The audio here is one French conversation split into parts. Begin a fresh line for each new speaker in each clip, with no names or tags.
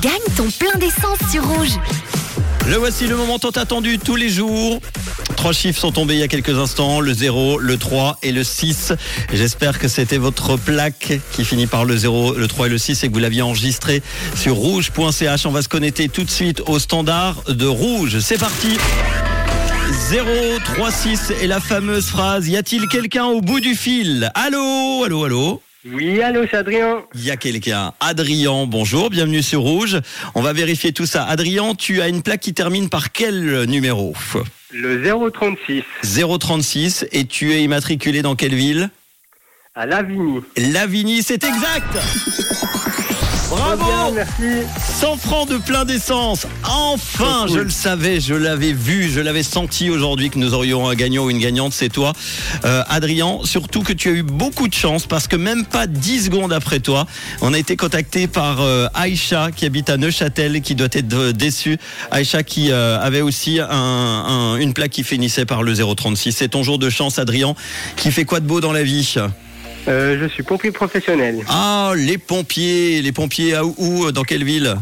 Gagne ton plein d'essence sur rouge.
Le voici le moment tant attendu tous les jours. Trois chiffres sont tombés il y a quelques instants, le 0, le 3 et le 6. J'espère que c'était votre plaque qui finit par le 0, le 3 et le 6 et que vous l'aviez enregistré sur rouge.ch. On va se connecter tout de suite au standard de rouge. C'est parti 0, 3, 6 et la fameuse phrase, y a-t-il quelqu'un au bout du fil Allô, allô, allô
Oui, allô, c'est Adrien.
il y a quelqu'un. Adrien, bonjour, bienvenue sur Rouge. On va vérifier tout ça. Adrien, tu as une plaque qui termine par quel euh, numéro
Le 036
036 et tu es immatriculé dans quelle ville
à Lavigny.
Lavigny, c'est exact Bravo
Bien, merci.
100 francs de plein d'essence Enfin,
Trop cool.
je le savais, je l'avais vu, je l'avais senti aujourd'hui que nous aurions un gagnant ou une gagnante, c'est toi. Euh, Adrien, surtout que tu as eu beaucoup de chance parce que même pas 10 secondes après toi, on a été contacté par euh, Aïcha qui habite à Neuchâtel qui doit être euh, déçue. Aïcha qui euh, avait aussi un- un- une plaque qui finissait par le 036. C'est ton jour de chance, Adrien, qui fait quoi de beau dans la vie
Euh, je suis pompier professionnel
Ah, les pompiers, les pompiers à où, où, dans quelle ville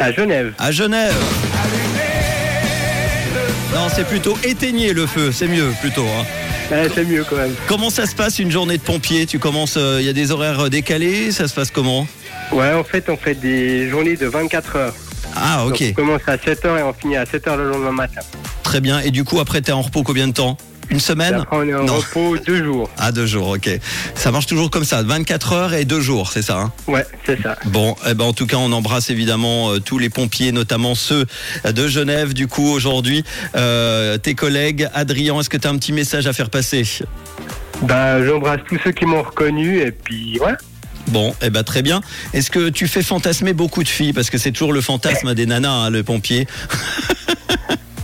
à Genève.
À Genève. Non, c'est plutôt éteignez le feu, c'est mieux plutôt. hein.
Euh, c'est mieux quand même.
Comment ça se passe une journée de pompier Tu commences, il y a des horaires euh, décalés, ça se passe comment
Ouais, en fait, on fait des journées de 24 heures.
Ah, ok,
Donc, on commence à 7h et on finit à 7h le lendemain matin.
très bien. Et du coup, après, t'es en repos combien de temps Une
Et
semaine
après, on est en
Ah Non.
repos deux jours.
Ah, deux jours, ok. Ça marche toujours comme ça, 24 heures et deux jours, c'est ça hein
Ouais, c'est ça.
Bon, eh ben en tout cas, on embrasse évidemment euh, tous les pompiers, notamment ceux de Genève, du coup, aujourd'hui. Euh, tes collègues, Adrien, est-ce que tu as un petit message à faire passer
Bah, j'embrasse tous ceux qui m'ont reconnu et puis, ouais.
Bon, eh ben très bien. Est-ce que tu fais fantasmer beaucoup de filles Parce que c'est toujours le fantasme des nanas, hein, le pompier.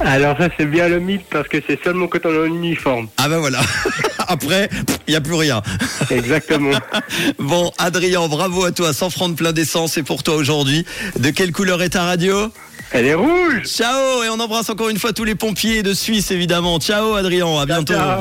Alors, ça, c'est bien le mythe parce que c'est seulement quand on est en uniforme.
Ah ben voilà. Après, il n'y a plus rien.
Exactement.
Bon, Adrien, bravo à toi. 100 francs de plein d'essence, c'est pour toi aujourd'hui. De quelle couleur est ta radio
Elle est rouge!
Ciao Et on embrasse encore une fois tous les pompiers de Suisse, évidemment. Ciao, Adrien. À bientôt.
ciao.